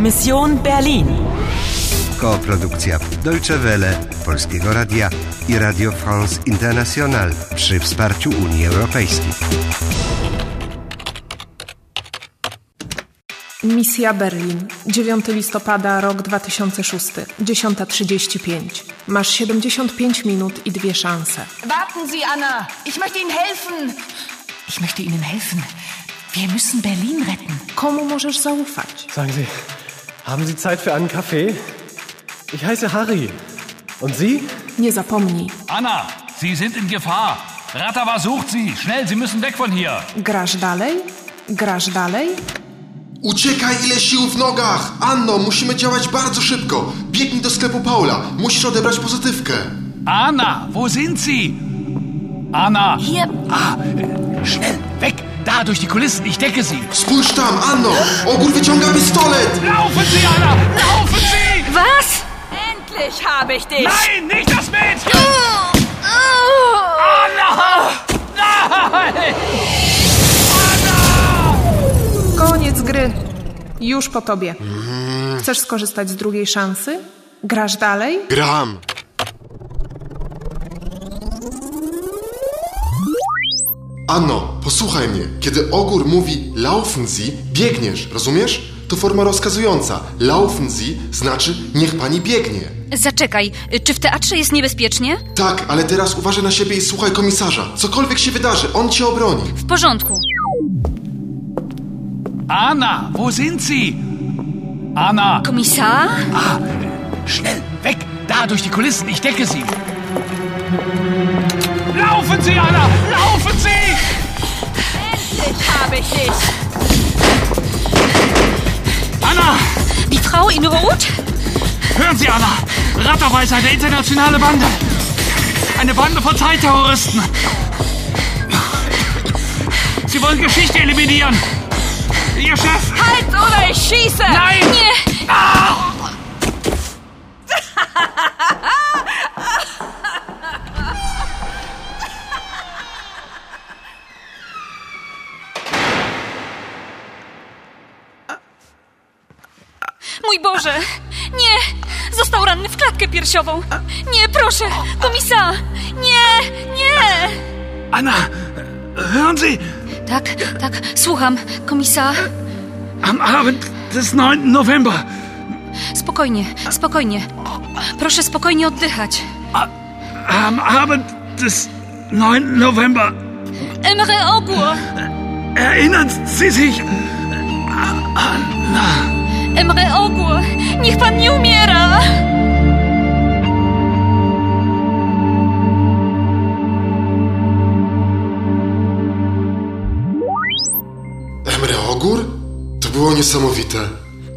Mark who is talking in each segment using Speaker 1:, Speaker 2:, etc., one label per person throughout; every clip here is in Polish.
Speaker 1: Mission Berlin.
Speaker 2: Koprodukcja Deutsche Welle, Polskiego Radia i Radio France International przy wsparciu Unii Europejskiej.
Speaker 3: Misja Berlin, 9 listopada, rok 2006, 10.35. Masz 75 minut i dwie szanse.
Speaker 4: Warten Sie, Anna. Ich möchte Ihnen helfen.
Speaker 5: Ich möchte Ihnen helfen. Wir müssen Berlin retten.
Speaker 3: Komu możesz zaufać?
Speaker 6: Sagen Sie, haben Sie Zeit für einen Kaffee? Ich heiße Harry. Und Sie?
Speaker 3: Nie zapomnij,
Speaker 7: Anna, Sie sind in Gefahr. Ratawa sucht Sie. Schnell, Sie müssen weg von hier.
Speaker 3: grasz dalej, grasz dalej.
Speaker 8: Uciekaj ile sił w nogach! Anno, musimy działać bardzo szybko! Biegnij do sklepu Paula, musisz odebrać pozytywkę!
Speaker 7: Anna, wo sind Sie? Anna.
Speaker 4: Hier.
Speaker 7: Ah, äh, schnell, weg. Da, durch die Kulissen. Ich decke Sie.
Speaker 8: Spójrz tam, Anno! Ogór wyciąga pistolet!
Speaker 7: Laufen Sie, Anna. Laufen Sie.
Speaker 4: Was? Endlich habe ich dich.
Speaker 7: Nein, nicht das Mädchen. Anna. Nein.
Speaker 3: Koniec gry. Już po tobie. Chcesz skorzystać z drugiej szansy? Grasz dalej?
Speaker 8: Gram! Anno, posłuchaj mnie. Kiedy Ogór mówi laufen Sie, biegniesz, rozumiesz? To forma rozkazująca. Laufen Sie znaczy niech pani biegnie.
Speaker 9: Zaczekaj, y, czy w teatrze jest niebezpiecznie?
Speaker 8: Tak, ale teraz uważaj na siebie i słuchaj komisarza. Cokolwiek się wydarzy, on cię obroni.
Speaker 9: W porządku.
Speaker 7: Anna, wo sind Sie? Anna.
Speaker 9: Komisar?
Speaker 7: Ah, äh, schnell, weg. Da, durch die Kulissen. Ich decke Sie. Laufen Sie, Anna. Laufen Sie.
Speaker 4: Endlich habe ich dich.
Speaker 7: Anna.
Speaker 9: Die Frau in Rot?
Speaker 7: Hören Sie, Anna! Rattawey ist eine internationale Bande. Eine Bande von Zeitterroristen. Sie wollen Geschichte eliminieren. Ihr Chef.
Speaker 4: Halt oder ich schieße.
Speaker 7: Nein!
Speaker 9: Mój Boże! Nie! Został ranny w klatkę piersiową! Nie, proszę! Komisar! Nie! Nie!
Speaker 7: Anna! Hören Sie!
Speaker 9: Tak, tak, słucham. Komisar,
Speaker 7: Am Abend des 9. November.
Speaker 9: spokojnie, spokojnie. Proszę spokojnie oddychać.
Speaker 7: Am Abend des 9. November.
Speaker 9: Emre Ogur!
Speaker 7: Erinnern Sie sich?
Speaker 9: Emre Ogur! Niech pan nie umiera!
Speaker 8: Emre Ogór? To było niesamowite.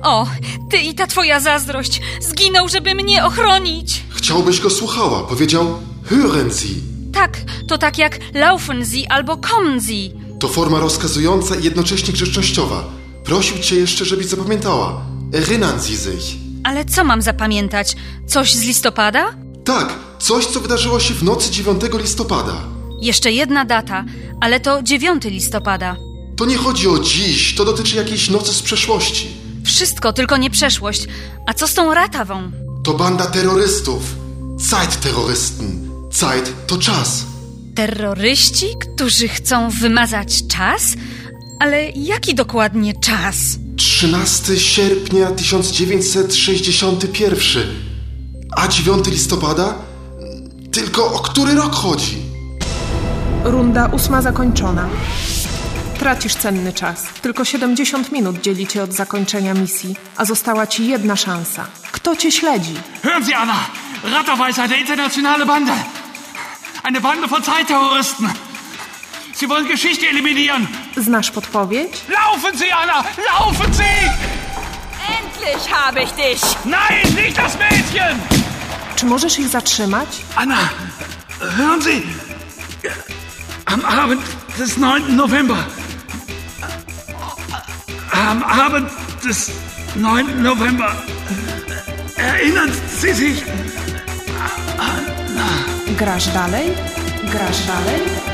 Speaker 9: O, ty i ta twoja zazdrość! Zginął, żeby mnie ochronić!
Speaker 8: Chciałbyś go słuchała. Powiedział hören Sie.
Speaker 9: Tak, to tak jak laufen Sie albo kommen Sie.
Speaker 8: To forma rozkazująca i jednocześnie grzecznościowa. Prosił cię jeszcze, żebyś zapamiętała. Erinnern Sie sich.
Speaker 9: Ale co mam zapamiętać? Coś z listopada?
Speaker 8: Tak, coś co wydarzyło się w nocy 9 listopada.
Speaker 9: Jeszcze jedna data, ale to 9 listopada.
Speaker 8: To nie chodzi o dziś, to dotyczy jakiejś nocy z przeszłości.
Speaker 9: Wszystko, tylko nie przeszłość. A co z tą ratawą?
Speaker 8: To banda terrorystów. Zeitterroristen. Zeit to czas.
Speaker 9: Terroryści, którzy chcą wymazać czas? Ale jaki dokładnie czas?
Speaker 8: 13 sierpnia 1961. A 9 listopada? Tylko o który rok chodzi?
Speaker 3: Runda ósma zakończona. Tracisz cenny czas. Tylko 70 minut dzieli cię od zakończenia misji, a została ci jedna szansa. Kto cię śledzi?
Speaker 7: Hören Sie, Anna! Rattawey ist eine internationale Bande. Eine Bande von Zeitterroristen. Sie wollen Geschichte eliminieren.
Speaker 3: Znasz podpowiedź?
Speaker 7: Laufen Sie, Anna! Laufen Sie!
Speaker 4: Endlich habe ich dich.
Speaker 7: Nein, nicht das Mädchen!
Speaker 3: Czy możesz ich zatrzymać?
Speaker 7: Anna, hören Sie! Am Abend des 9. November. Am Abend des 9. November. Erinnern Sie sich?
Speaker 3: Grasz dalej? Grasz dalej?